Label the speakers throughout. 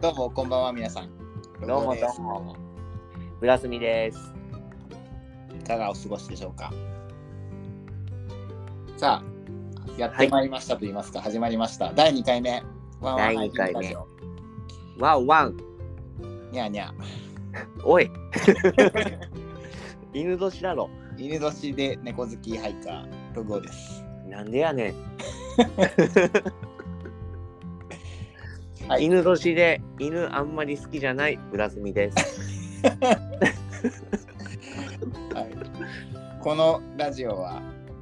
Speaker 1: どうもこんばんは皆さん。
Speaker 2: どうも
Speaker 1: です
Speaker 2: どうも。村住です。
Speaker 1: いかがお過ごしでしょうか。さあやってまいりましたと言いますか、始まりました第2回目。ワンワンハイキングラジオ。
Speaker 2: ワンワン。
Speaker 1: にゃーにゃ
Speaker 2: お い。犬年だろ。
Speaker 1: ー。犬年で猫好きハイカーログオです。
Speaker 2: なんでやねん。
Speaker 1: はい
Speaker 2: 犬年で犬あんまり好きじゃない村住です。
Speaker 1: はい、このラジオは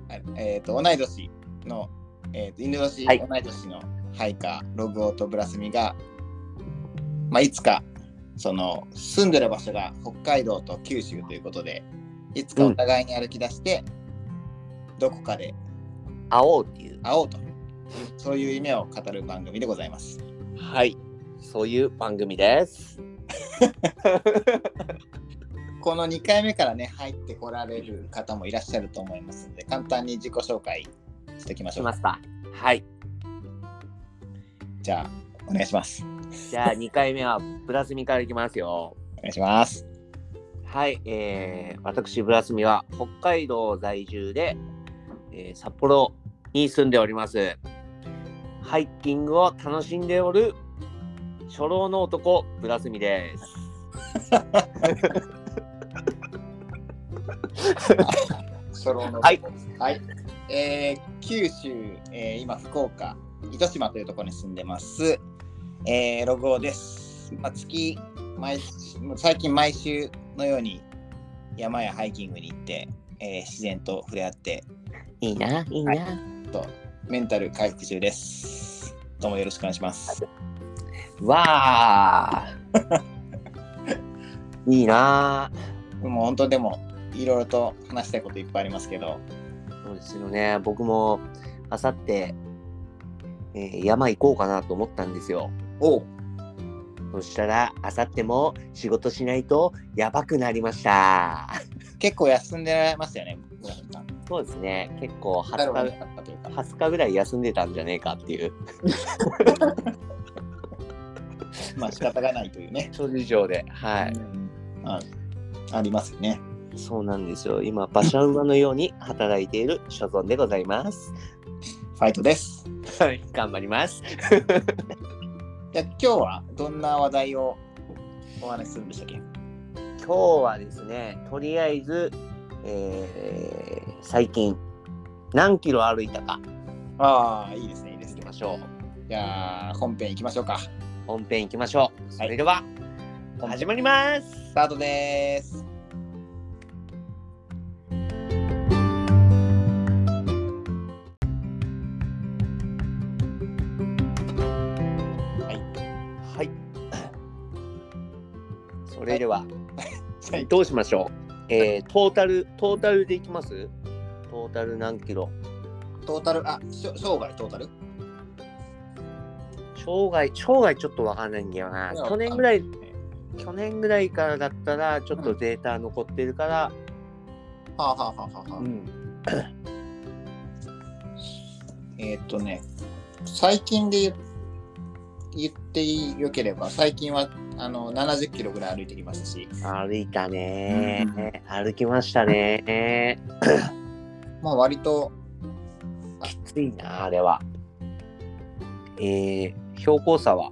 Speaker 1: あえっ、と同い年のえーと犬年、
Speaker 2: はい
Speaker 1: 同い年のハイカーログオとブラスミがまあいつかその住んでる場所が北海道と九州ということでいつかお互いに歩き出して、どこかで
Speaker 2: 会おうっていう。
Speaker 1: 会おうとそういう夢を語る番組でございます。
Speaker 2: はい。そういう番組です。
Speaker 1: この2回目からね入ってこられる方もいらっしゃると思いますので簡単に自己紹介しておきまし
Speaker 2: し
Speaker 1: ょう
Speaker 2: ま。すか。はい。
Speaker 1: じゃあお願いします。
Speaker 2: じゃあ2回目は村住からいきますよ。
Speaker 1: お願いします。
Speaker 2: はい、えー、私、ブラスミは北海道在住で、えー札幌に住んでおります。ハイキングを楽しんでおる初老の男、ブラスミです。
Speaker 1: ソロの
Speaker 2: はい
Speaker 1: はい。えー九州、えー今福岡糸島というところに住んでます。えー、ロゴです。まあ、月毎週もう最近毎週のように山やハイキングに行って、えー自然と触れ合って
Speaker 2: いいな、いいな。
Speaker 1: とメンタル回復中です。どうもよろしくお願いします。
Speaker 2: わあ。 いいな。
Speaker 1: もう本当でもいろいろと話したいこといっぱいありますけど、
Speaker 2: そうですよね。僕も、あさって、えー山行こうかなと思ったんですよ。
Speaker 1: おう
Speaker 2: そしたら、あさっても仕事しないとやばくなりました。
Speaker 1: 結構休んでられましたよね。村上さん
Speaker 2: そうですね、結構
Speaker 1: だろう
Speaker 2: 20
Speaker 1: な
Speaker 2: 日
Speaker 1: かったというか。
Speaker 2: 20日ぐらい休んでたんじゃねえかっていう、
Speaker 1: まあ仕方がないというね。
Speaker 2: 諸事情で、はい、
Speaker 1: あありますよね。
Speaker 2: そうなんですよ、今、馬車馬のように働いている所存でございます。
Speaker 1: ファイトです。
Speaker 2: はい、頑張ります。
Speaker 1: じゃあ今日はどんな話題をお話しするんでしたっけ
Speaker 2: 今日はですね、とりあえず、えー最近、何キロ歩いたか、
Speaker 1: ああ、いいですね、いいで
Speaker 2: い
Speaker 1: す
Speaker 2: き
Speaker 1: ね
Speaker 2: ま。しょう。
Speaker 1: じゃあ本編行きましょうか。
Speaker 2: 本編いきましょう。それでは、始まります。
Speaker 1: スタートです。
Speaker 2: はい。 それでは、
Speaker 1: はい、
Speaker 2: どうしましょう、えー、トータル、トータルでいきますトータル何キロ
Speaker 1: トータル、あ、しょ生涯トータル
Speaker 2: 生涯、生涯ちょっとわかんないんだよな。去年ぐらい、去年ぐらいからだったら、ちょっとデータ残ってるから、
Speaker 1: はあはあはあはあ。
Speaker 2: うん
Speaker 1: えーっとね、最近で言言ってよければ、最近はあの70キロぐらい歩いてきましたし、
Speaker 2: 歩いたねー、歩きましたねー。
Speaker 1: まあ割と、
Speaker 2: きついな、あれは。えー、標高差は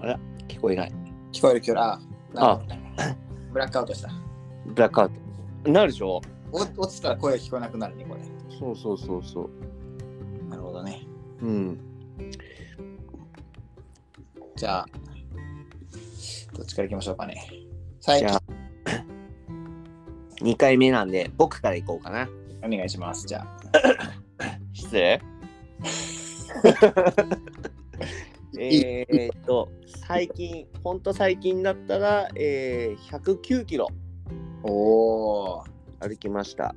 Speaker 2: あら、聞こえない。
Speaker 1: 聞こえる距離、あ、なんかブラックアウトした。
Speaker 2: ブラックアウト。なるでしょ
Speaker 1: お落ちたら声が聞こえなくなるね、これ。
Speaker 2: そうそうそうそう。
Speaker 1: なるほどね。
Speaker 2: うん。
Speaker 1: じゃあ、どっちから行きましょうかね。最
Speaker 2: じゃ
Speaker 1: 近
Speaker 2: あ、2回目なんで、僕から行こうかな。
Speaker 1: お願いします。じゃあ、
Speaker 2: 失礼。 えーっと、最近、ほんと最近だったら、えー、109キロ
Speaker 1: おー、
Speaker 2: 歩きました。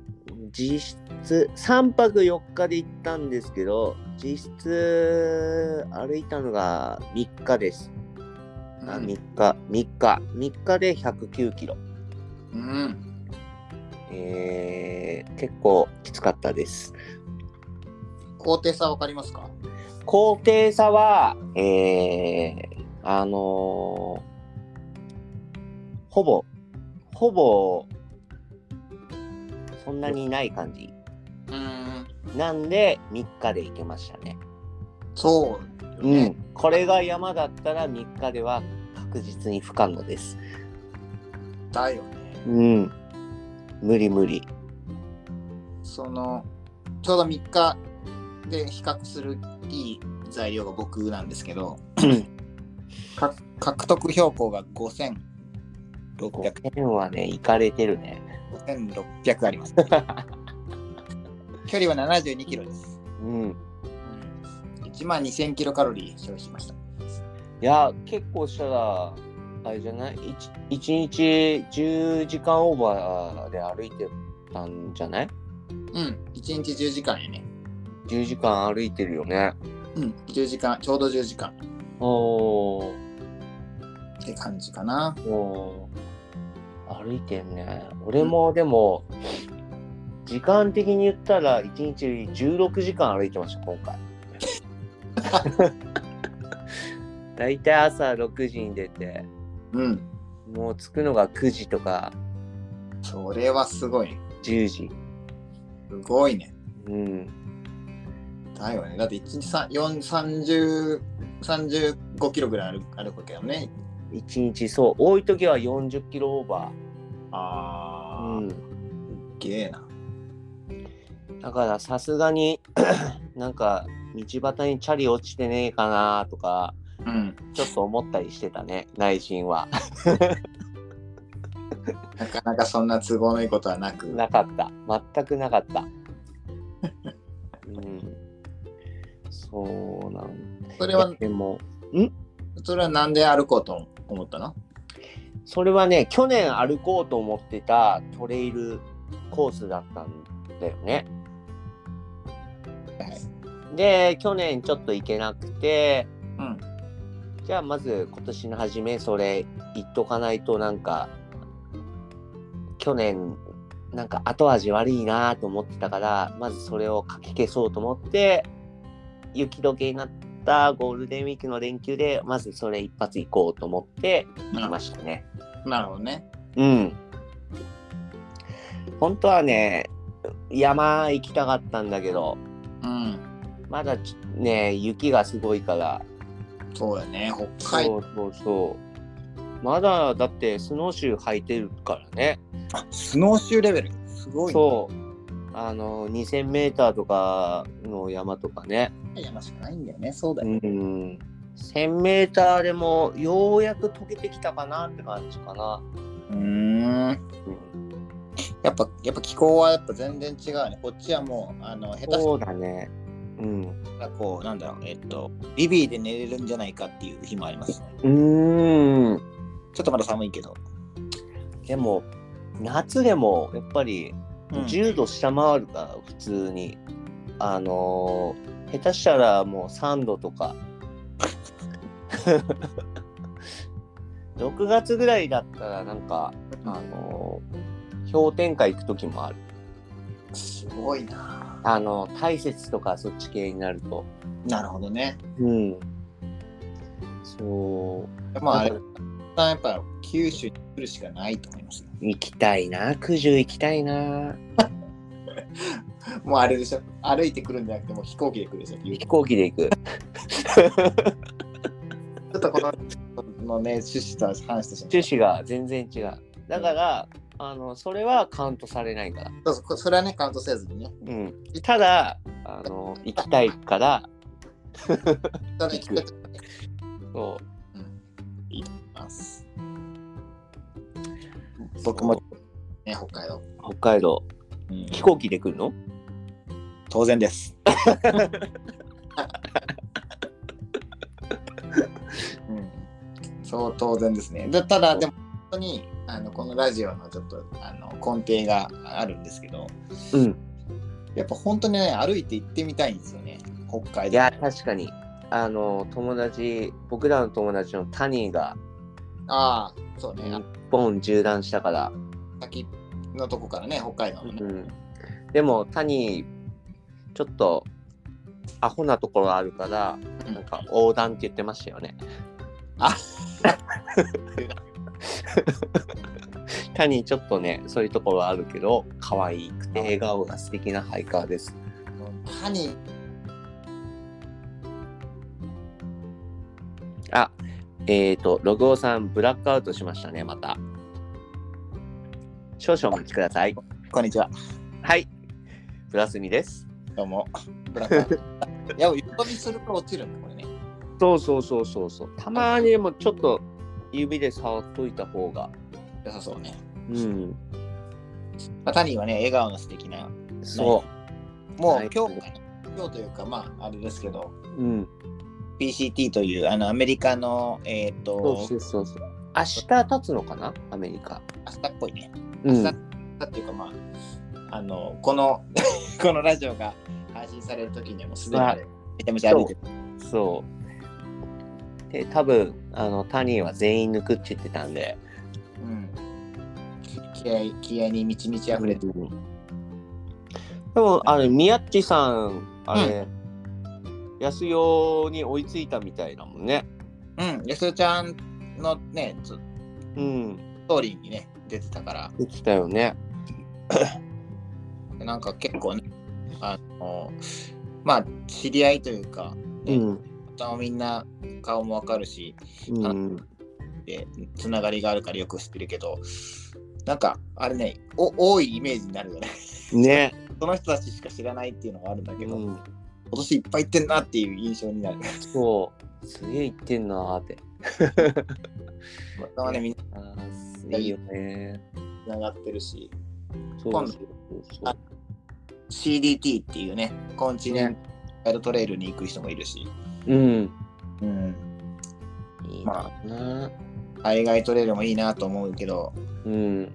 Speaker 2: 実質、3泊4日で行ったんですけど、実質、歩いたのが3日です。あ
Speaker 1: うん
Speaker 2: 3日、3日、3日で109キロ。
Speaker 1: うん、
Speaker 2: えー、結構きつかったです。
Speaker 1: 高低差わかりますか
Speaker 2: 高低差は、えー、あのーほぼ、ほぼ、そんなにない感じ。
Speaker 1: うーん、
Speaker 2: なんで、3日で行けましたね。
Speaker 1: そうよ
Speaker 2: う
Speaker 1: ね。
Speaker 2: ん。これが山だったら3日では確実に不可能です。
Speaker 1: だよね。
Speaker 2: うん。無理無理。
Speaker 1: そのちょうど3日で比較するいい材料が僕なんですけど
Speaker 2: うん
Speaker 1: か獲得標高が5600
Speaker 2: 5点はね、行かれてるね。
Speaker 1: 5600あります距離は72キロです、
Speaker 2: うん。
Speaker 1: 1万2000キロカロリー消費しました
Speaker 2: いや、結構したら、あれじゃない 1, 日10時間オーバーで歩いてたんじゃない
Speaker 1: うん1日10時間やね
Speaker 2: ?10 時間歩いてるよね。
Speaker 1: うん10時間ちょうど10時間
Speaker 2: おー
Speaker 1: って感じかな
Speaker 2: おー歩いてんね。俺もでも、時間的に言ったら1日16時間歩いてました、今 回。だいたい朝6時に出て、
Speaker 1: うん
Speaker 2: もう着くのが9時とか
Speaker 1: それはすごい
Speaker 2: 10時。
Speaker 1: すごいね
Speaker 2: うん。
Speaker 1: だよねだって1日さ4 30 35キロぐらい歩歩くけどね
Speaker 2: 一日そう多い時は40キロオーバ
Speaker 1: あ
Speaker 2: ー、
Speaker 1: ー、
Speaker 2: う
Speaker 1: すっげえな。
Speaker 2: ん、だからさすがに なんか道端にチャリ落ちてねえかなとか
Speaker 1: うん。
Speaker 2: ちょっと思ったりしてたね内心は
Speaker 1: なかなかそんな都合のいいことはなく。
Speaker 2: なかった全くなかった うんそうなん
Speaker 1: それは
Speaker 2: だ、でも
Speaker 1: それはなんで歩こうと思ったの
Speaker 2: それはね去年歩こうと思ってたトレイルコースだったんだよね
Speaker 1: はい。
Speaker 2: で去年ちょっと行けなくて
Speaker 1: うん。
Speaker 2: じゃあまず今年の初めそれ言っとかないとなんか去年なんか後味悪いなと思ってたからまずそれをかき消そうと思って雪解けになったゴールデンウィークの連休でまずそれ一発行こうと思って行きましたね。
Speaker 1: なるほどね。
Speaker 2: うん。本当はね山行きたかったんだけど
Speaker 1: うん。
Speaker 2: まだちね雪がすごいから
Speaker 1: そうだね。北海道。
Speaker 2: そうそうそう。まだだってスノーシュー履いてるからね。
Speaker 1: あスノーシューレベル。すごい、ね。
Speaker 2: そう。あの2000メーターとかの山とかね。
Speaker 1: 山しかないんだよね。そうだ
Speaker 2: う
Speaker 1: よね。
Speaker 2: ん。1000メーターでもようやく溶けてきたかなって感じかな。
Speaker 1: うーん。
Speaker 2: うん、
Speaker 1: やっぱ、やっぱ気候はやっぱ全然違うね。こっちはもう、あの、下手し
Speaker 2: そうだね。うん。
Speaker 1: たらこう、なんだろう、えっと、リビーで寝れるんじゃないかっていう日もありますね。
Speaker 2: うーん。
Speaker 1: ちょっとまだ寒いけど。
Speaker 2: でも夏でもやっぱり
Speaker 1: うん
Speaker 2: 10度下回るから普通に。あのー下手したらもう3度とか。6月ぐらいだったらなんか、あのー氷点下行く時もある。
Speaker 1: すごいな。
Speaker 2: あのー大雪とかそっち系になると。
Speaker 1: なるほどね。
Speaker 2: うん。そう。
Speaker 1: まあ、あれ
Speaker 2: な、
Speaker 1: やっぱ九州に来るしかないと思いますよ。
Speaker 2: 行きたいな。九十行きたいな。
Speaker 1: もうあれでしょ。歩いてくるんじゃなくて、もう飛行機で来るでしょ。
Speaker 2: 飛行機で行く。
Speaker 1: ちょっとこののね、趣旨とは話してしまう。
Speaker 2: 趣旨が全然違う。だから、あのそれはカウントされないから。
Speaker 1: そうそうこそれはね、カウントせずにね。
Speaker 2: うん、ただあの、行きたいから、
Speaker 1: ただ、行きたいと思
Speaker 2: そ
Speaker 1: います。
Speaker 2: う
Speaker 1: 僕も、ね、北海道。
Speaker 2: 北海道、
Speaker 1: うん
Speaker 2: 飛行機で来るの
Speaker 1: 当然です。 うん、そう当然ですね。でただ、でも本当にあのこのラジオのちょっとあの根底があるんですけど、
Speaker 2: うん。
Speaker 1: やっぱ本当にね、歩いて行ってみたいんですよね、北海
Speaker 2: い
Speaker 1: 道。
Speaker 2: や、確かに。あの友達、僕らの友達のタニーが
Speaker 1: ああ、そうね、
Speaker 2: 日本縦断したから。
Speaker 1: 先のとこからね、北海道のね。
Speaker 2: うん、でも、タニー、ちょっとアホなところあるから
Speaker 1: うん
Speaker 2: なんか横断って言ってましたよね
Speaker 1: あ
Speaker 2: 他にちょっとねそういうところあるけど可愛くて笑顔が素敵なハイカーです
Speaker 1: 歯に
Speaker 2: あえっ、ー、とログオさんブラックアウトしましたねまた少々お待ちください
Speaker 1: こんにちは
Speaker 2: はいブラスミです
Speaker 1: どうもブラックアウト いや横にすると落ちるんだこれね
Speaker 2: そうそうそうそうそうたまにでもちょっと指で触っといた方が
Speaker 1: 良さそうね、
Speaker 2: うん
Speaker 1: まあ、タニーはね笑顔の素敵な
Speaker 2: そ
Speaker 1: もう、
Speaker 2: はい
Speaker 1: 今日今日というかまああれですけど
Speaker 2: う、うん、
Speaker 1: PCT というあのアメリカのえっ、
Speaker 2: そう
Speaker 1: と
Speaker 2: そうそうそう明日立つのかなアメリカ
Speaker 1: 明日っぽいね
Speaker 2: う
Speaker 1: 明日だっていうかまああのこの このラジオが配信される時にはもうすでに
Speaker 2: はい
Speaker 1: めちゃめちゃ歩いてる
Speaker 2: そうで多分あのタニーは全員抜くって言ってたんで
Speaker 1: うん気合い気合いに満ち満ち溢れてる、
Speaker 2: でもあれ宮っちさんあれ、安代に追いついたみたいだもんね
Speaker 1: うん、安代ちゃんのねつス
Speaker 2: うん
Speaker 1: トーリーにね出てたから
Speaker 2: 言ってたよね
Speaker 1: なんか結構ねあのまあ知り合いというか、ね
Speaker 2: ん
Speaker 1: 顔みんな顔もわかるし
Speaker 2: うん
Speaker 1: でつながりがあるからよく知ってるけどなんかあれねお多いイメージになるよね
Speaker 2: ね、
Speaker 1: その人たちしか知らないっていうのがあるんだけど、
Speaker 2: うん、
Speaker 1: 今年いっぱい行ってんなっていう印象になる。
Speaker 2: そうすげえ言ってんなーって
Speaker 1: まあね、みんな
Speaker 2: あーいいよね
Speaker 1: つながってるし、
Speaker 2: そうそうそう
Speaker 1: あ CDT っていうね、コンチネンタルトレイルに行く人もいるし、
Speaker 2: うん
Speaker 1: うん、
Speaker 2: いい
Speaker 1: ま
Speaker 2: な
Speaker 1: 海外トレイルもいいなと思うけど、
Speaker 2: うん。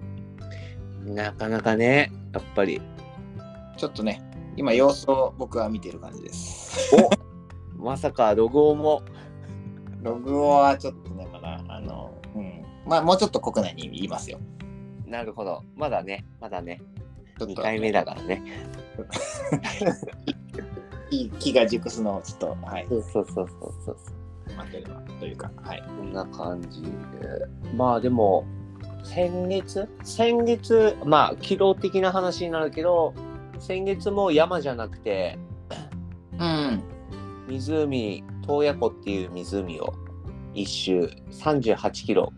Speaker 2: なかなかね、やっぱり。
Speaker 1: ちょっとね、今様子を僕は見てる感じです。
Speaker 2: まさかロゴも。
Speaker 1: ログオはちょっとね、まだ、あの、うん、まあもうちょっと国内にいますよ。
Speaker 2: なるほど。まだね、まだね。
Speaker 1: ちょっ
Speaker 2: 2
Speaker 1: と
Speaker 2: 回目だからね。
Speaker 1: いい気が熟すのをちょっと、はい、
Speaker 2: そうそうそうそうそう。
Speaker 1: 待ってればというか、はい。
Speaker 2: こんな感じで。まあでも、先月先月、まあ、機動的な話になるけど、先月も山じゃなくて、
Speaker 1: うん、
Speaker 2: 湖、洞爺湖っていう湖を一周38キロ、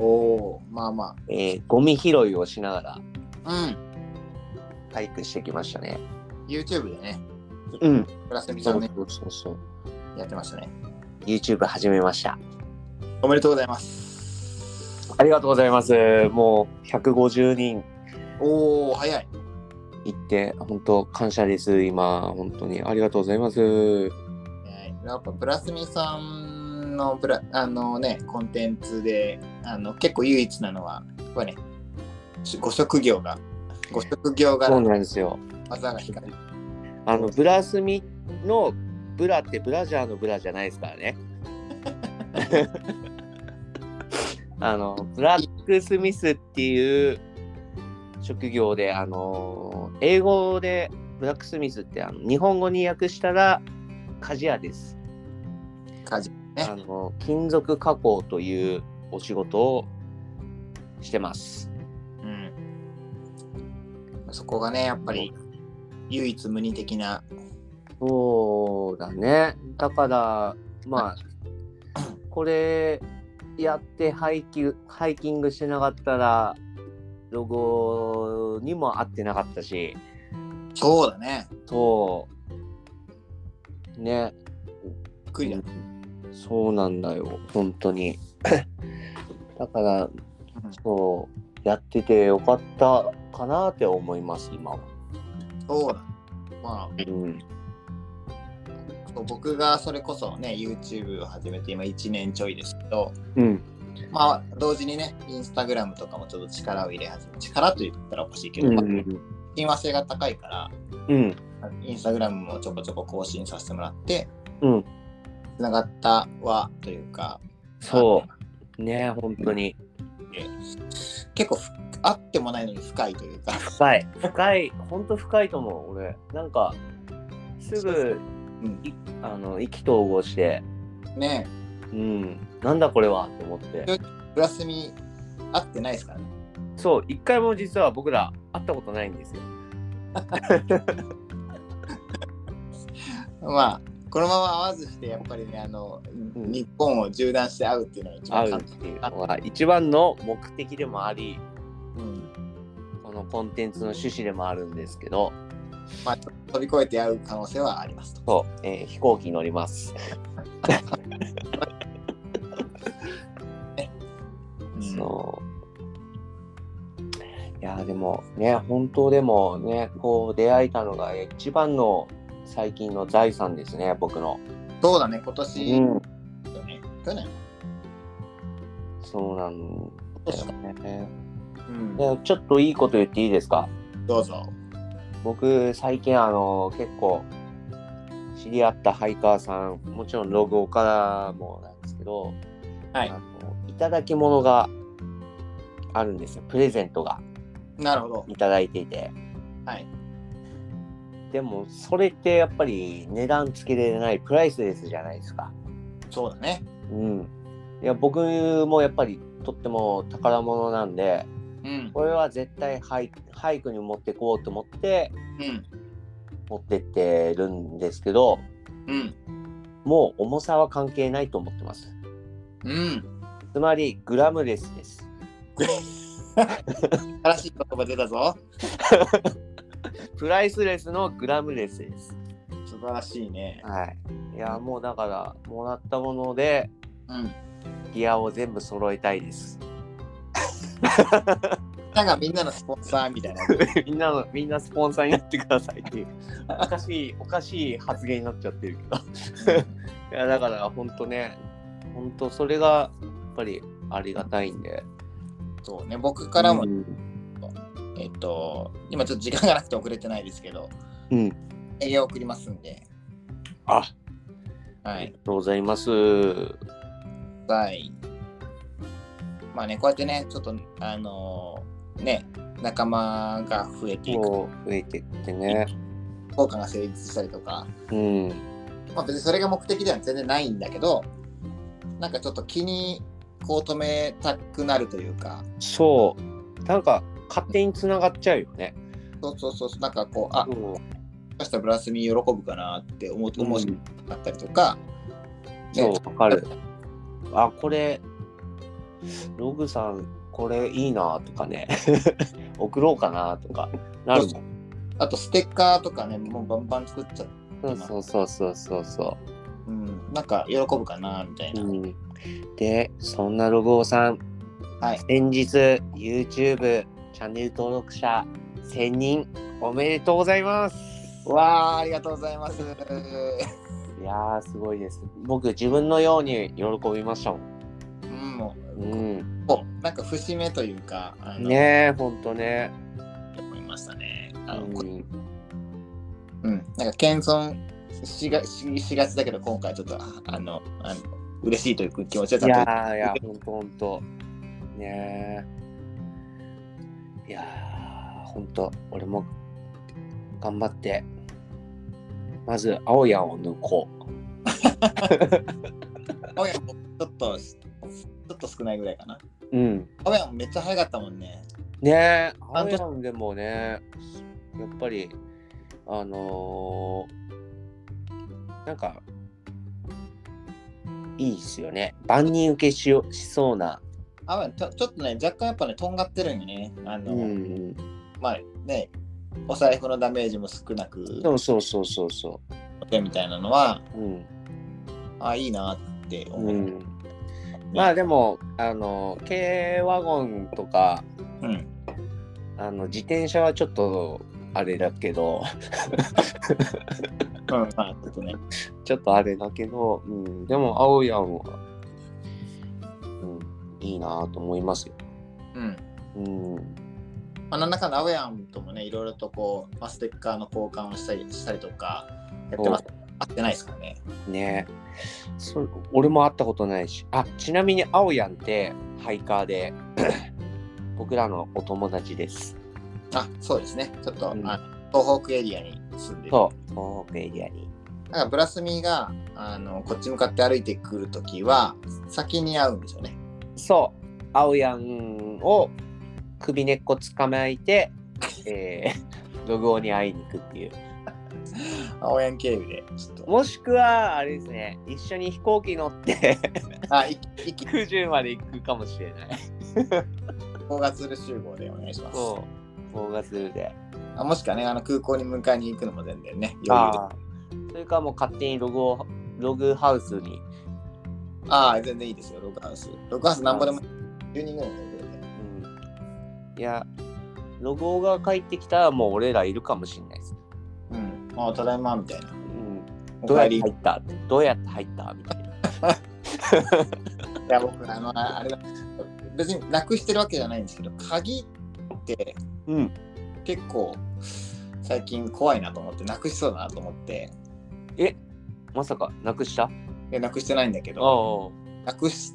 Speaker 1: おおまあま
Speaker 2: えーゴミ拾いをしながら
Speaker 1: あ、うん、
Speaker 2: 体育してきましたね。
Speaker 1: YouTube でね、
Speaker 2: うん。
Speaker 1: プラスミさ
Speaker 2: そ
Speaker 1: ん
Speaker 2: う
Speaker 1: ね、
Speaker 2: そうそうそう。
Speaker 1: やってましたね。
Speaker 2: YouTube 始めました。
Speaker 1: おめでとうございます。
Speaker 2: ありがとうございます。もう150人
Speaker 1: おお、早い。
Speaker 2: 行って、本当感謝です。今、本当にありがとうございます。
Speaker 1: えーやっぱブラスミさんのブラあのねコンテンツであの結構唯一なのはやっぱねしご職業がご職業
Speaker 2: そう
Speaker 1: 柄
Speaker 2: なんですよ。
Speaker 1: 技が光る。
Speaker 2: あの、ブラスミのブラってブラジャーのブラじゃないですからね。 あの、ブラックスミスっていう職業で、あの、英語でブラックスミスってあの日本語に訳したら鍛冶屋です。
Speaker 1: 感じね
Speaker 2: あの金属加工というお仕事をしてます。
Speaker 1: うん、そこがねやっぱり唯一無二的な
Speaker 2: そうだね。だからまあこれやってハイキハイキングしてなかったらロゴにも合ってなかったし、
Speaker 1: そうだね
Speaker 2: そうね。
Speaker 1: 悔いだ、
Speaker 2: そうなんだよ本当に。 だからそうやっててよかったかなって思います今は。
Speaker 1: そうだまあ
Speaker 2: うん
Speaker 1: そう僕がそれこそね YouTube を始めて今1年ちょいですけど、
Speaker 2: うん
Speaker 1: まあ、同時にね、インスタグラムとかもちょっと力を入れ始め、力と言ったらおかしいけど、
Speaker 2: う
Speaker 1: まあ
Speaker 2: ん
Speaker 1: 親和性が高いから、
Speaker 2: うん
Speaker 1: インスタグラムもちょこちょこ更新させてもらって、
Speaker 2: うん
Speaker 1: つながった輪というか、
Speaker 2: そうね本当に
Speaker 1: 結構ふあってもないのに深いというか、
Speaker 2: 深い深い本当深いと思う俺なんかすぐ
Speaker 1: うん、
Speaker 2: あの意気投合して、
Speaker 1: ね
Speaker 2: うん、なんだこれはと思って
Speaker 1: えブラスミ合ってないですからね
Speaker 2: そう一回も実は僕ら会ったことないんですよ
Speaker 1: まあこのまま会わずしてやっぱりねあの、
Speaker 2: ん
Speaker 1: 日本を縦断して会うっていうのが一番
Speaker 2: 会うっ
Speaker 1: 簡
Speaker 2: ていうのが一番の目的でもあり
Speaker 1: 単、うん
Speaker 2: このコンテンツの趣旨でもあるんですけど
Speaker 1: まあ、ちょっと飛び越えて会う可能性はありますと
Speaker 2: そう、えー飛行機に乗ります、 そういやーでもね本当でもねこう出会えたのが一番の最近の財産ですね僕の、
Speaker 1: うんそうだね今年、
Speaker 2: うん、
Speaker 1: ね去年
Speaker 2: そうなんだよね
Speaker 1: うん
Speaker 2: でちょっといいこと言っていいですか
Speaker 1: どうぞ
Speaker 2: 僕最近あの結構知り合ったハイカーさんもちろんログオからもなんですけど、
Speaker 1: はい
Speaker 2: あのいただき物があるんですよプレゼントが
Speaker 1: なるほど
Speaker 2: いただいていて
Speaker 1: はい
Speaker 2: でもそれってやっぱり値段つけれないプライスレスじゃないですか
Speaker 1: そうだね
Speaker 2: うんいや僕もやっぱりとっても宝物なんで
Speaker 1: うん
Speaker 2: これは絶対俳俳句に持ってこうと思って
Speaker 1: うん
Speaker 2: 持ってってるんですけど
Speaker 1: うん
Speaker 2: もう重さは関係ないと思ってます。
Speaker 1: うん
Speaker 2: つまりグラムレスです。
Speaker 1: 新しい言葉出たぞ
Speaker 2: プライスレスのグラムレスです。
Speaker 1: 素晴らしいね
Speaker 2: はい。いやもうだからもらったもので
Speaker 1: うん
Speaker 2: ギアを全部揃えたいです。
Speaker 1: なんかみんなのスポンサーみた いな
Speaker 2: みんなのみんなスポンサーになってくださいっていうおかしいおかしい発言になっちゃってるけど。いやだから本当ね本当それがやっぱりありがたいんで。
Speaker 1: そうね僕からも、
Speaker 2: うん。
Speaker 1: えっと今ちょっと時間がなくて遅れてないですけど
Speaker 2: うん
Speaker 1: 営業送りますんで
Speaker 2: ああ
Speaker 1: は
Speaker 2: り
Speaker 1: い
Speaker 2: がとうございます。
Speaker 1: はい。まあね、こうやってね、ちょっと、あのーね、仲間が増えていく、
Speaker 2: こう増えてってね。
Speaker 1: 効果が成立したりとか、
Speaker 2: うん。
Speaker 1: まあ別にそれが目的では全然ないんだけど、なんかちょっと気にこう止めたくなるというか、
Speaker 2: そう。なんか勝手に繋がっちゃうよね。
Speaker 1: そうそうそうそう、なんかこう、あ、
Speaker 2: う
Speaker 1: も
Speaker 2: ん
Speaker 1: しかしたらブラスミ喜ぶかなって思う思うしあったりとか、
Speaker 2: そ
Speaker 1: ね
Speaker 2: う、わかる。あ、これ、ログさん、これいいなとかね。 送ろうかなとか。なるもん。
Speaker 1: あとステッカーとかね、もうバンバン作っちゃって、
Speaker 2: そうそうそうそうそうそ、
Speaker 1: うん、なんか喜ぶかなみたいうな。
Speaker 2: うん。で、そんなログオさん、
Speaker 1: はい
Speaker 2: 先日 YouTube チャンネル登録者1000人おめでとうございます。
Speaker 1: わあ、ありがとうございます。
Speaker 2: いやーすごいです。僕自分のように喜びましたもん。
Speaker 1: うん、もう
Speaker 2: うん。
Speaker 1: こうなんか節目というか、あの
Speaker 2: ねえ、ほんとね。
Speaker 1: 思いましたね。あの
Speaker 2: う
Speaker 1: こ
Speaker 2: ん、
Speaker 1: うん、なんか謙遜しがししがちだけど、今回ちょっとああのあの嬉しいという気持ち
Speaker 2: い
Speaker 1: で
Speaker 2: や
Speaker 1: ちゃんと
Speaker 2: ーいや、ほんとほんと。ねえ。いやー、ほんと、俺も頑張って、まず、青やんを抜こ
Speaker 1: 青山もちょっとちょっと少ないぐらいかな。
Speaker 2: う。うん。
Speaker 1: 青山もめっちゃ早かったもんね。
Speaker 2: ねえ、
Speaker 1: 半
Speaker 2: 青
Speaker 1: 年
Speaker 2: やんでもね、やっぱり、あのーなんか、いいっすよね。万人受けしよしそうな。
Speaker 1: 青山ちょちょっとね、若干やっぱね、とんがってるんでね。あの、
Speaker 2: うん。
Speaker 1: まあね、お財布のダメージも少なく
Speaker 2: そうそうそうそうそ
Speaker 1: てみたいなのは、
Speaker 2: う。うん。
Speaker 1: あいいなって思
Speaker 2: う
Speaker 1: う。
Speaker 2: ん、まあでもあの軽ワゴンとか
Speaker 1: うん、
Speaker 2: あの自転車はちょっとあれだけど
Speaker 1: うん、まあちょっとね。
Speaker 2: ちょっとあれだけど、うん、でも青やんは、うん、いいなと思いますよ。
Speaker 1: うん
Speaker 2: うん、
Speaker 1: まあ、なんだかんだアウェアンともね、いろいろとこう、まあ、ステッカーの交換をしたりしたりとか、やってます。合ってないですからね。
Speaker 2: ねそ俺も会ったことないしあちなみに青やんってハイカーで 僕らのお友達です。
Speaker 1: あ、そうですね。ちょっと、
Speaker 2: うん
Speaker 1: あの東北エリアに住んでる。
Speaker 2: そう東北エリアに
Speaker 1: なんかブラスミがあのこっち向かって歩いてくるときは先に会うんですよね。
Speaker 2: そう、青やんを首根っこ捕まえて、えー、 ログオに会いに行くっていう。
Speaker 1: 青山経由でちょっと。
Speaker 2: もしくは、あれですね、一緒に飛行機乗って
Speaker 1: あ、い一気に
Speaker 2: 九十まで行くかもしれない。
Speaker 1: 高月ル集合でお願いします。
Speaker 2: そう、棒がするで。
Speaker 1: あもしくはね、あの空港に迎えに行くのも全然ね、余裕で。
Speaker 2: ああー。それかもう勝手にログをログハウスに、
Speaker 1: ああ、全然いいですよ、ログハウス。ログハウスなんぼでも10人ぐらいのところで。
Speaker 2: うん、いや、ログが帰ってきたらもう俺らいるかもしれないです。
Speaker 1: うん。ああ、ただいま、みたいな
Speaker 2: う。ん、
Speaker 1: お
Speaker 2: どう
Speaker 1: 帰
Speaker 2: やって
Speaker 1: り。い
Speaker 2: 入ったどうやって入ったみたいな。
Speaker 1: や、僕、あの、ああれだ別になくしてるわけじゃないんですけど、鍵って
Speaker 2: うん。
Speaker 1: 結構最近怖いなと思って、なくしそうだなと思って、
Speaker 2: え、まさかなくしたあ
Speaker 1: でなくしてないんだけど、
Speaker 2: あ。
Speaker 1: なくし、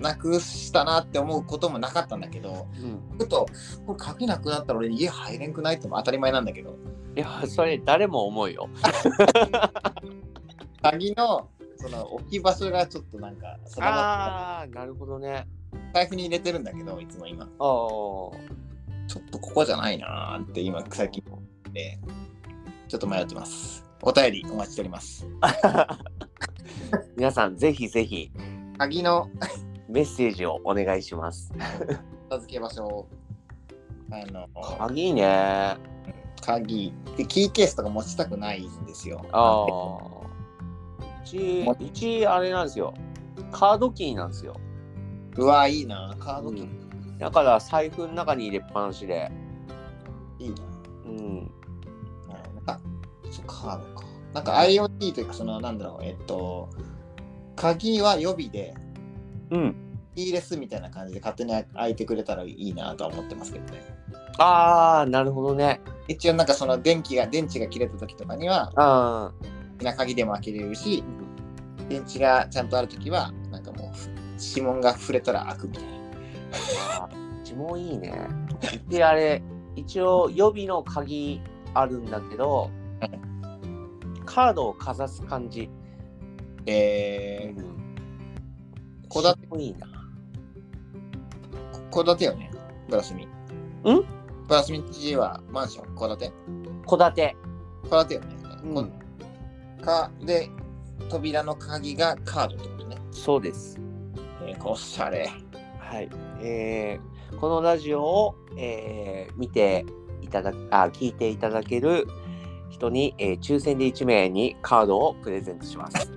Speaker 1: なくしたなって思うこともなかったんだけど、
Speaker 2: うん。
Speaker 1: ちょっと、これ鍵なくなったら俺家入れんくないっても当たり前なんだけど、
Speaker 2: いや、それ誰も思うよ。
Speaker 1: 鍵のその置き場所がちょっとなんか定まっ
Speaker 2: ああ、なるほどね。
Speaker 1: て財布に入れてるんだけどいつも今
Speaker 2: ああ。
Speaker 1: ちょっとここじゃないなーって今最近でちょっと迷ってますお便りお待ちしております
Speaker 2: 皆さん、ぜひぜひ
Speaker 1: 鍵の
Speaker 2: メッセージをお願いします。
Speaker 1: 片付け場所をあの
Speaker 2: 鍵ね。
Speaker 1: 鍵でキーケースとか持ちたくないんですよ
Speaker 2: ああ。うち、うち、あれなんですよ。カードキーなんですよ。
Speaker 1: うわいいなカードキー、
Speaker 2: うんだから、財布の中に入れっぱなしで。
Speaker 1: いいな
Speaker 2: うん。
Speaker 1: うんあそうカードかなんか IoT というかそのなんだろうえっと鍵は予備で
Speaker 2: うん。
Speaker 1: いいですみたいな感じで勝手に開いてくれたらいいなとは思ってますけどね。
Speaker 2: ああ、なるほどね。
Speaker 1: 一応なんかその電気が電池が切れた時とかには
Speaker 2: あ
Speaker 1: 好きな鍵でも開けれる
Speaker 2: あ
Speaker 1: し。電池がちゃんとある時はなんかもう指紋が触れたら開くみたいな。
Speaker 2: 指紋いいね。で、あれ、一応予備の鍵あるんだけど、カードをかざす感じ。
Speaker 1: えー、
Speaker 2: こ
Speaker 1: こ
Speaker 2: だ
Speaker 1: だ
Speaker 2: てもいいな。
Speaker 1: こ戸建てよね、ブラスミ。んブラスミ家はマンション、戸建て
Speaker 2: こだて。
Speaker 1: 戸建てよね。
Speaker 2: うん
Speaker 1: こかで、扉の鍵がカードってことね。
Speaker 2: そうです。
Speaker 1: えー、おしゃれ。
Speaker 2: はい。えーこのラジオを、えー見ていただく、あ、聞いていただける人に、えー抽選で1名にカードをプレゼントします。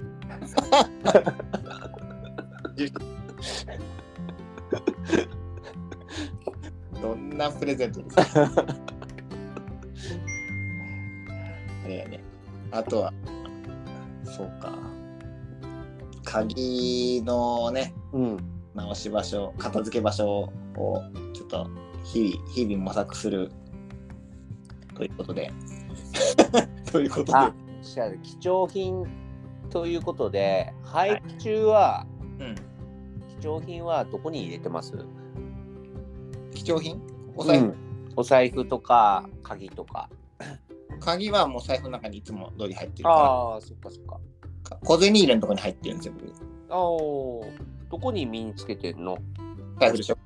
Speaker 1: どんなプレゼントです かあれやね。あとは、そうか。鍵のね、
Speaker 2: うん。
Speaker 1: 直し場所、片付け場所をちょっと日々、日々模索するということで。 ということで。
Speaker 2: あ、じゃあ貴重品ということで、廃棄中は、
Speaker 1: うん、
Speaker 2: 貴重品はどこに入れてます
Speaker 1: 貴重品お財布、
Speaker 2: うんお財布とか鍵とか。
Speaker 1: 鍵はもう財布の中にいつも通り入ってるか
Speaker 2: ああ、そっかそっか。
Speaker 1: ら、小銭入れのとこに入ってるんですよ、僕
Speaker 2: ああ、どこに身につけてんの
Speaker 1: 財布でしょ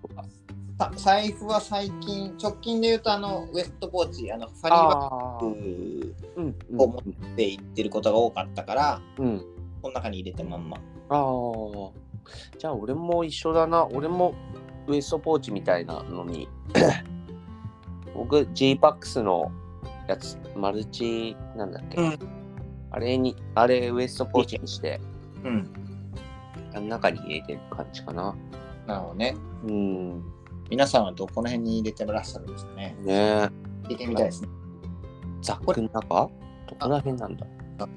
Speaker 1: さ財布は最近直近で言うとあのウエストポーチあのファニーバ
Speaker 2: ああ、
Speaker 1: ッグ
Speaker 2: うん、うん
Speaker 1: を持って行ってることが多かったから
Speaker 2: うん。
Speaker 1: この中に入れたまんま
Speaker 2: ああ、じゃあ俺も一緒だな。俺もウエストポーチみたいなの に。僕、G-PAX のやつ、マルチ、なんだっけ、
Speaker 1: うん
Speaker 2: あれに、あれウエストポーチにして、
Speaker 1: うん
Speaker 2: あの中に入れてる感じかな。
Speaker 1: なるほどね
Speaker 2: うん。
Speaker 1: 皆さんはどこの辺に入れてらっしゃるんですかね
Speaker 2: ねえ。
Speaker 1: 聞いてみたいですね
Speaker 2: ザックの中どこら辺なんだ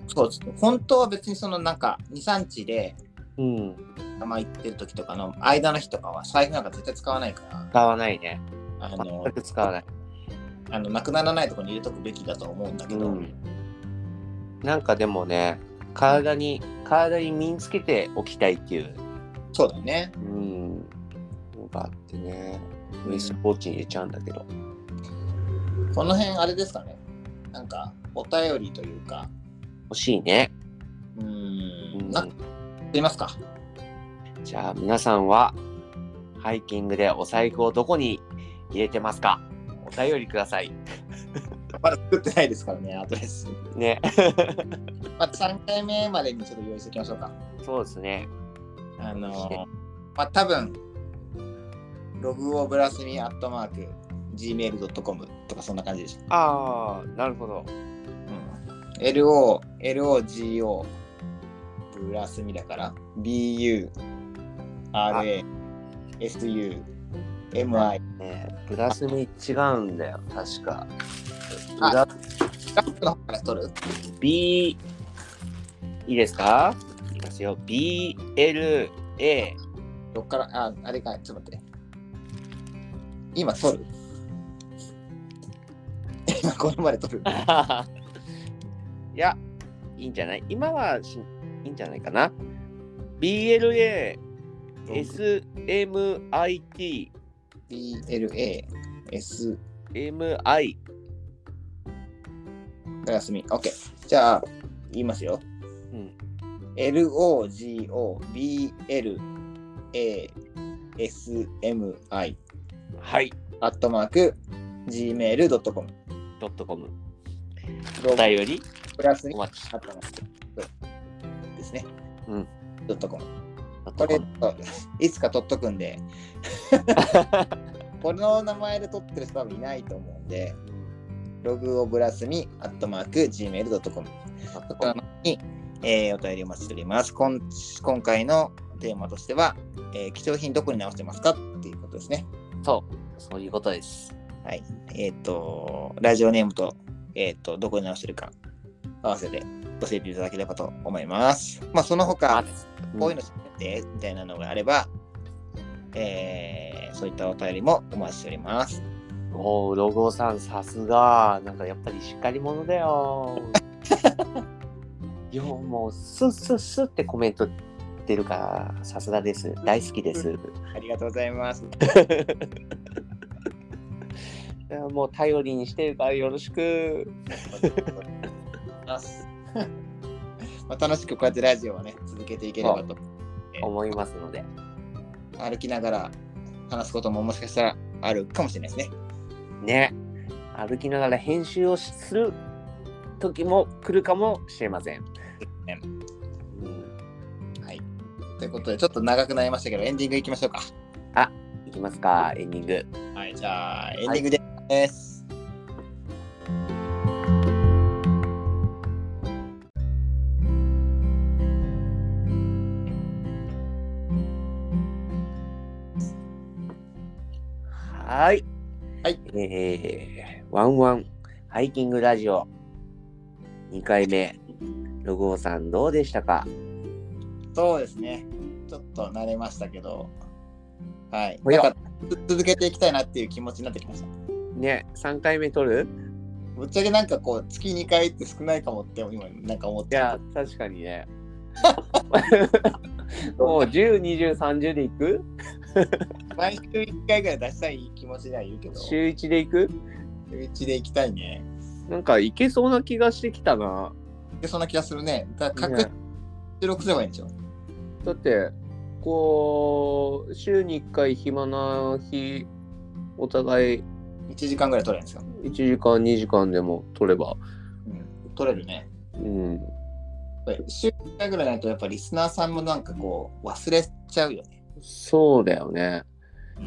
Speaker 1: そうです本当は別にそのなんか23日で
Speaker 2: うん。
Speaker 1: たま行ってる時とかの間の日とかは財布なんか絶対使わないから
Speaker 2: 使わないね。
Speaker 1: あの
Speaker 2: 全く使わない。
Speaker 1: あのなくならないところに入れとくべきだと思うんだけど、
Speaker 2: うんなんかでもね、体に、体に身につけておきたいっていう、
Speaker 1: そうだよね
Speaker 2: うん、のがあってね、ウエストポーチに入れちゃうんだけど。
Speaker 1: この辺あれですかねなんかお便りというか
Speaker 2: 欲しいね。
Speaker 1: う
Speaker 2: う
Speaker 1: ーん。
Speaker 2: ん、
Speaker 1: なんか言いますか。
Speaker 2: じゃあ皆さんはハイキングでお財布をどこに入れてますかお便りください。
Speaker 1: まだ作ってないですからね、アドレス。
Speaker 2: ね。
Speaker 1: まあ、3回目までにちょっと用意しておきましょうか。
Speaker 2: そうですね。
Speaker 1: あのーまあ、多分ログをブラスミアットマーク gmail.com とかそんな感じでしょ。
Speaker 2: ああ、なるほど。
Speaker 1: うん、LO、LOGO、ブラスミだから、BU、RA、SU、MI。
Speaker 2: ね、プラスに違うんだよ、確か。プ
Speaker 1: あ
Speaker 2: ラ
Speaker 1: ラックの方から取る
Speaker 2: B、いいですかいきますよ。B、L、A。
Speaker 1: どっから、あ、あれか、ちょっと待って。今取る 今これまで取る。
Speaker 2: いや、いいんじゃない今はしいいんじゃないかな。BLA、SMIT、
Speaker 1: BLA、S、
Speaker 2: MI。
Speaker 1: ブラスミ。OK。じゃあ、言いますよ。
Speaker 2: うん、
Speaker 1: LOGOBLASMI
Speaker 2: はい、
Speaker 1: アットマーク gmail.com
Speaker 2: ドットコム。
Speaker 1: ロ
Speaker 2: お
Speaker 1: グ
Speaker 2: 便り、
Speaker 1: プラス
Speaker 2: お
Speaker 1: に
Speaker 2: 待ち。
Speaker 1: アットマークそうですね。
Speaker 2: うん。
Speaker 1: ドットコム。
Speaker 2: ド
Speaker 1: こ
Speaker 2: ット
Speaker 1: れ
Speaker 2: コム、
Speaker 1: いつか取っとくんで、この名前で取ってる人多分いないと思うんで、ログをブラスにアットマーク gmail.com
Speaker 2: ドット
Speaker 1: こ
Speaker 2: コ
Speaker 1: ちら
Speaker 2: ム
Speaker 1: の方に、えーお便りお待ちしております。こん今回のテーマとしては、えー貴重品どこに直してますかっていうことですね。
Speaker 2: そう、そういうことです。
Speaker 1: はい。えっ、と、ラジオネームと、えっ、と、どこに直してるか、合わせて教えていただければと思います。まあ、その他、こういうの知っててみたいなのがあれば、えーそういったお便りもお待ちしております。
Speaker 2: おお、ロゴさん、さすが。なんかやっぱりしっかり者だ よ。いや、もう、スッスッスッってコメント出るから、さすがです。大好きです。い
Speaker 1: ありがとうございます。
Speaker 2: やもう頼りにしてるからよろしく。
Speaker 1: まあ、楽しくこうやってラジオはね、続けていければと
Speaker 2: 思いますので。
Speaker 1: 歩きながら話すことももしかしたらあるかもしれないですね。
Speaker 2: ね。歩きながら編集をする時も来るかもしれません。
Speaker 1: ね
Speaker 2: うん、
Speaker 1: はい。ということで、ちょっと長くなりましたけど、エンディングいきましょうか。
Speaker 2: いきますか、エンディング。
Speaker 1: はい、じゃあ、エンディングです。
Speaker 2: はい。
Speaker 1: はい。
Speaker 2: えー、ワンワンハイキングラジオ2回目、ロゴさんどうでしたか
Speaker 1: そうですね。ちょっと慣れましたけど、はい。
Speaker 2: おや
Speaker 1: なんかつ続けていきたいなっていう気持ちになってきました。
Speaker 2: ね、3回目撮る
Speaker 1: ぶっちゃけなんかこう、月2回って少ないかもって、今、なんか思っ
Speaker 2: い
Speaker 1: て。
Speaker 2: や、確かにね。もう10、20、30でいく
Speaker 1: 毎週1回ぐらい出したい気持ちではいるけど、週
Speaker 2: 週1でいく
Speaker 1: 1で行きたいね。
Speaker 2: なんかいけそうな気がしてきたな。
Speaker 1: で、そんな気がするね。だから、確
Speaker 2: ね
Speaker 1: 実に収録すればいいんでしょ。
Speaker 2: だって、こう、週に1回暇な日、お互い
Speaker 1: 1時間ぐらい取れるんですよ。
Speaker 2: 1時間、2時間でも撮れば、
Speaker 1: うん、取れるね。
Speaker 2: うん、
Speaker 1: やっぱり週1回ぐらいないと、やっぱリスナーさんもなんかこう、忘れちゃうよね。
Speaker 2: そうだよね。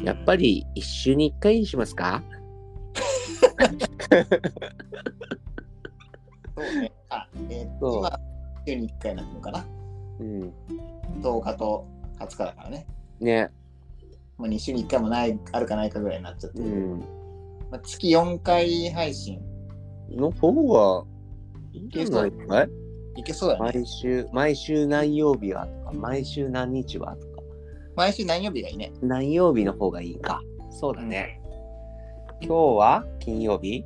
Speaker 2: やっぱ
Speaker 1: り。
Speaker 2: り一週に一回にしますか
Speaker 1: そうね。あ、えー
Speaker 2: そう
Speaker 1: 今、週に1回なのかな。
Speaker 2: うん。
Speaker 1: 10日と20日だからね。
Speaker 2: ね。
Speaker 1: まあ、2週に1回もない、あるかないかぐらいになっちゃって
Speaker 2: う
Speaker 1: る。
Speaker 2: ん。
Speaker 1: まあ、月4回配信、
Speaker 2: の方がいいんじゃないかい
Speaker 1: いけそうだね。
Speaker 2: 毎週、毎週何曜日はとか、毎週何日はとか、
Speaker 1: 毎週何曜日がいいね。
Speaker 2: 何曜日の方がいいか。そうだね。今日は金曜日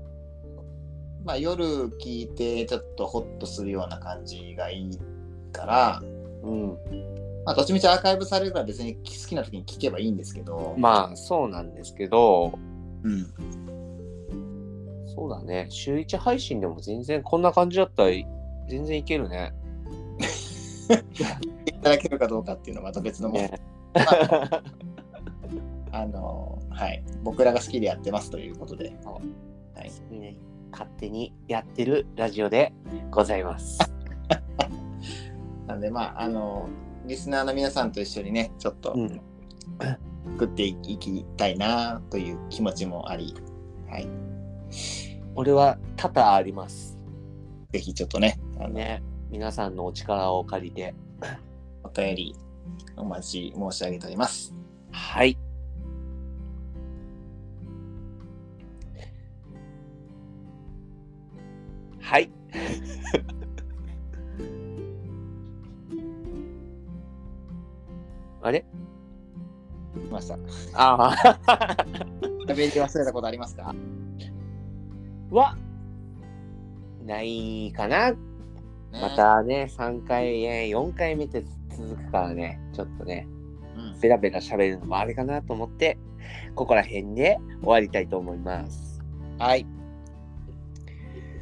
Speaker 1: まあ、夜聞いて、ちょっとホッとするような感じがいいから、
Speaker 2: うん。
Speaker 1: まあ、どっちみちアーカイブされるから別に好きな時に聞けばいいんですけど、
Speaker 2: まあ、そうなんですけど、
Speaker 1: うん。
Speaker 2: そうだね。週一配信でも全然こんな感じだったらい全然いけるね。
Speaker 1: いただけるかどうかっていうのはまた別の もの、
Speaker 2: ね
Speaker 1: あのはい僕らが好きでやってますということではい
Speaker 2: 勝手にやってるラジオでございます。
Speaker 1: なんでまああのリスナーの皆さんと一緒にねちょっと
Speaker 2: うん
Speaker 1: 作っていきたいなという気持ちもあり、はい、
Speaker 2: 俺は多々あります。
Speaker 1: ぜひちょっとねあの
Speaker 2: ね。皆さんのお力を借りて。
Speaker 1: お便りお待ち申し上げております。
Speaker 2: はい。はい。 あれ
Speaker 1: 来ました。
Speaker 2: ああ。
Speaker 1: 喋り忘れたことありますか
Speaker 2: は、ないかな。ま、たね、3回、えー4回見て続くからね、ちょっとね、
Speaker 1: うん
Speaker 2: ベラベラ喋るのもあれかなと思って、ここら辺で終わりたいと思います。
Speaker 1: はい。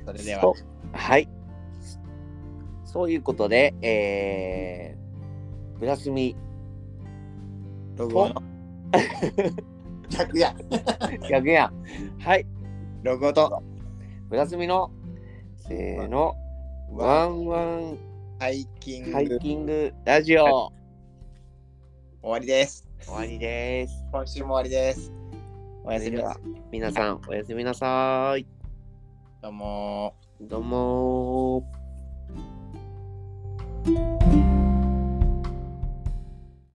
Speaker 1: それでは
Speaker 2: そ、うはい。そういうことで、えー、ブラスミ、
Speaker 1: ロゴの 逆や、
Speaker 2: 逆やん。はい。
Speaker 1: ロゴと
Speaker 2: ブラスミの、せーの、ワンワン
Speaker 1: ハイキング、
Speaker 2: ハイ
Speaker 1: 終
Speaker 2: キングラジオ、
Speaker 1: わりです。
Speaker 2: 終わりです。
Speaker 1: 今週も終わりです。おやすみなさい。
Speaker 2: 皆さん、おやすみなさい。
Speaker 1: どうもー。
Speaker 2: どうもー。